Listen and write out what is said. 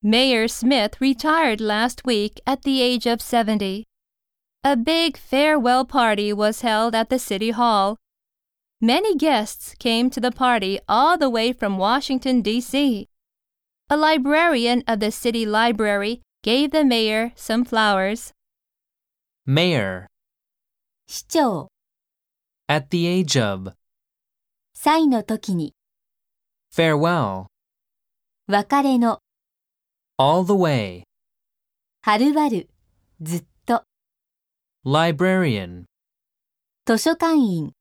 Mayor Smith retired last week at the age of 70. A big farewell party was held at the City Hall. Many guests came to the party all the way from Washington, D.C. A librarian of the city library gave the mayor some flowers. Mayor. 市長、 At the age of. 祭の時に、 Farewell. 別れの、 All the way. はるばる、ずっと、 Librarian. 図書館員。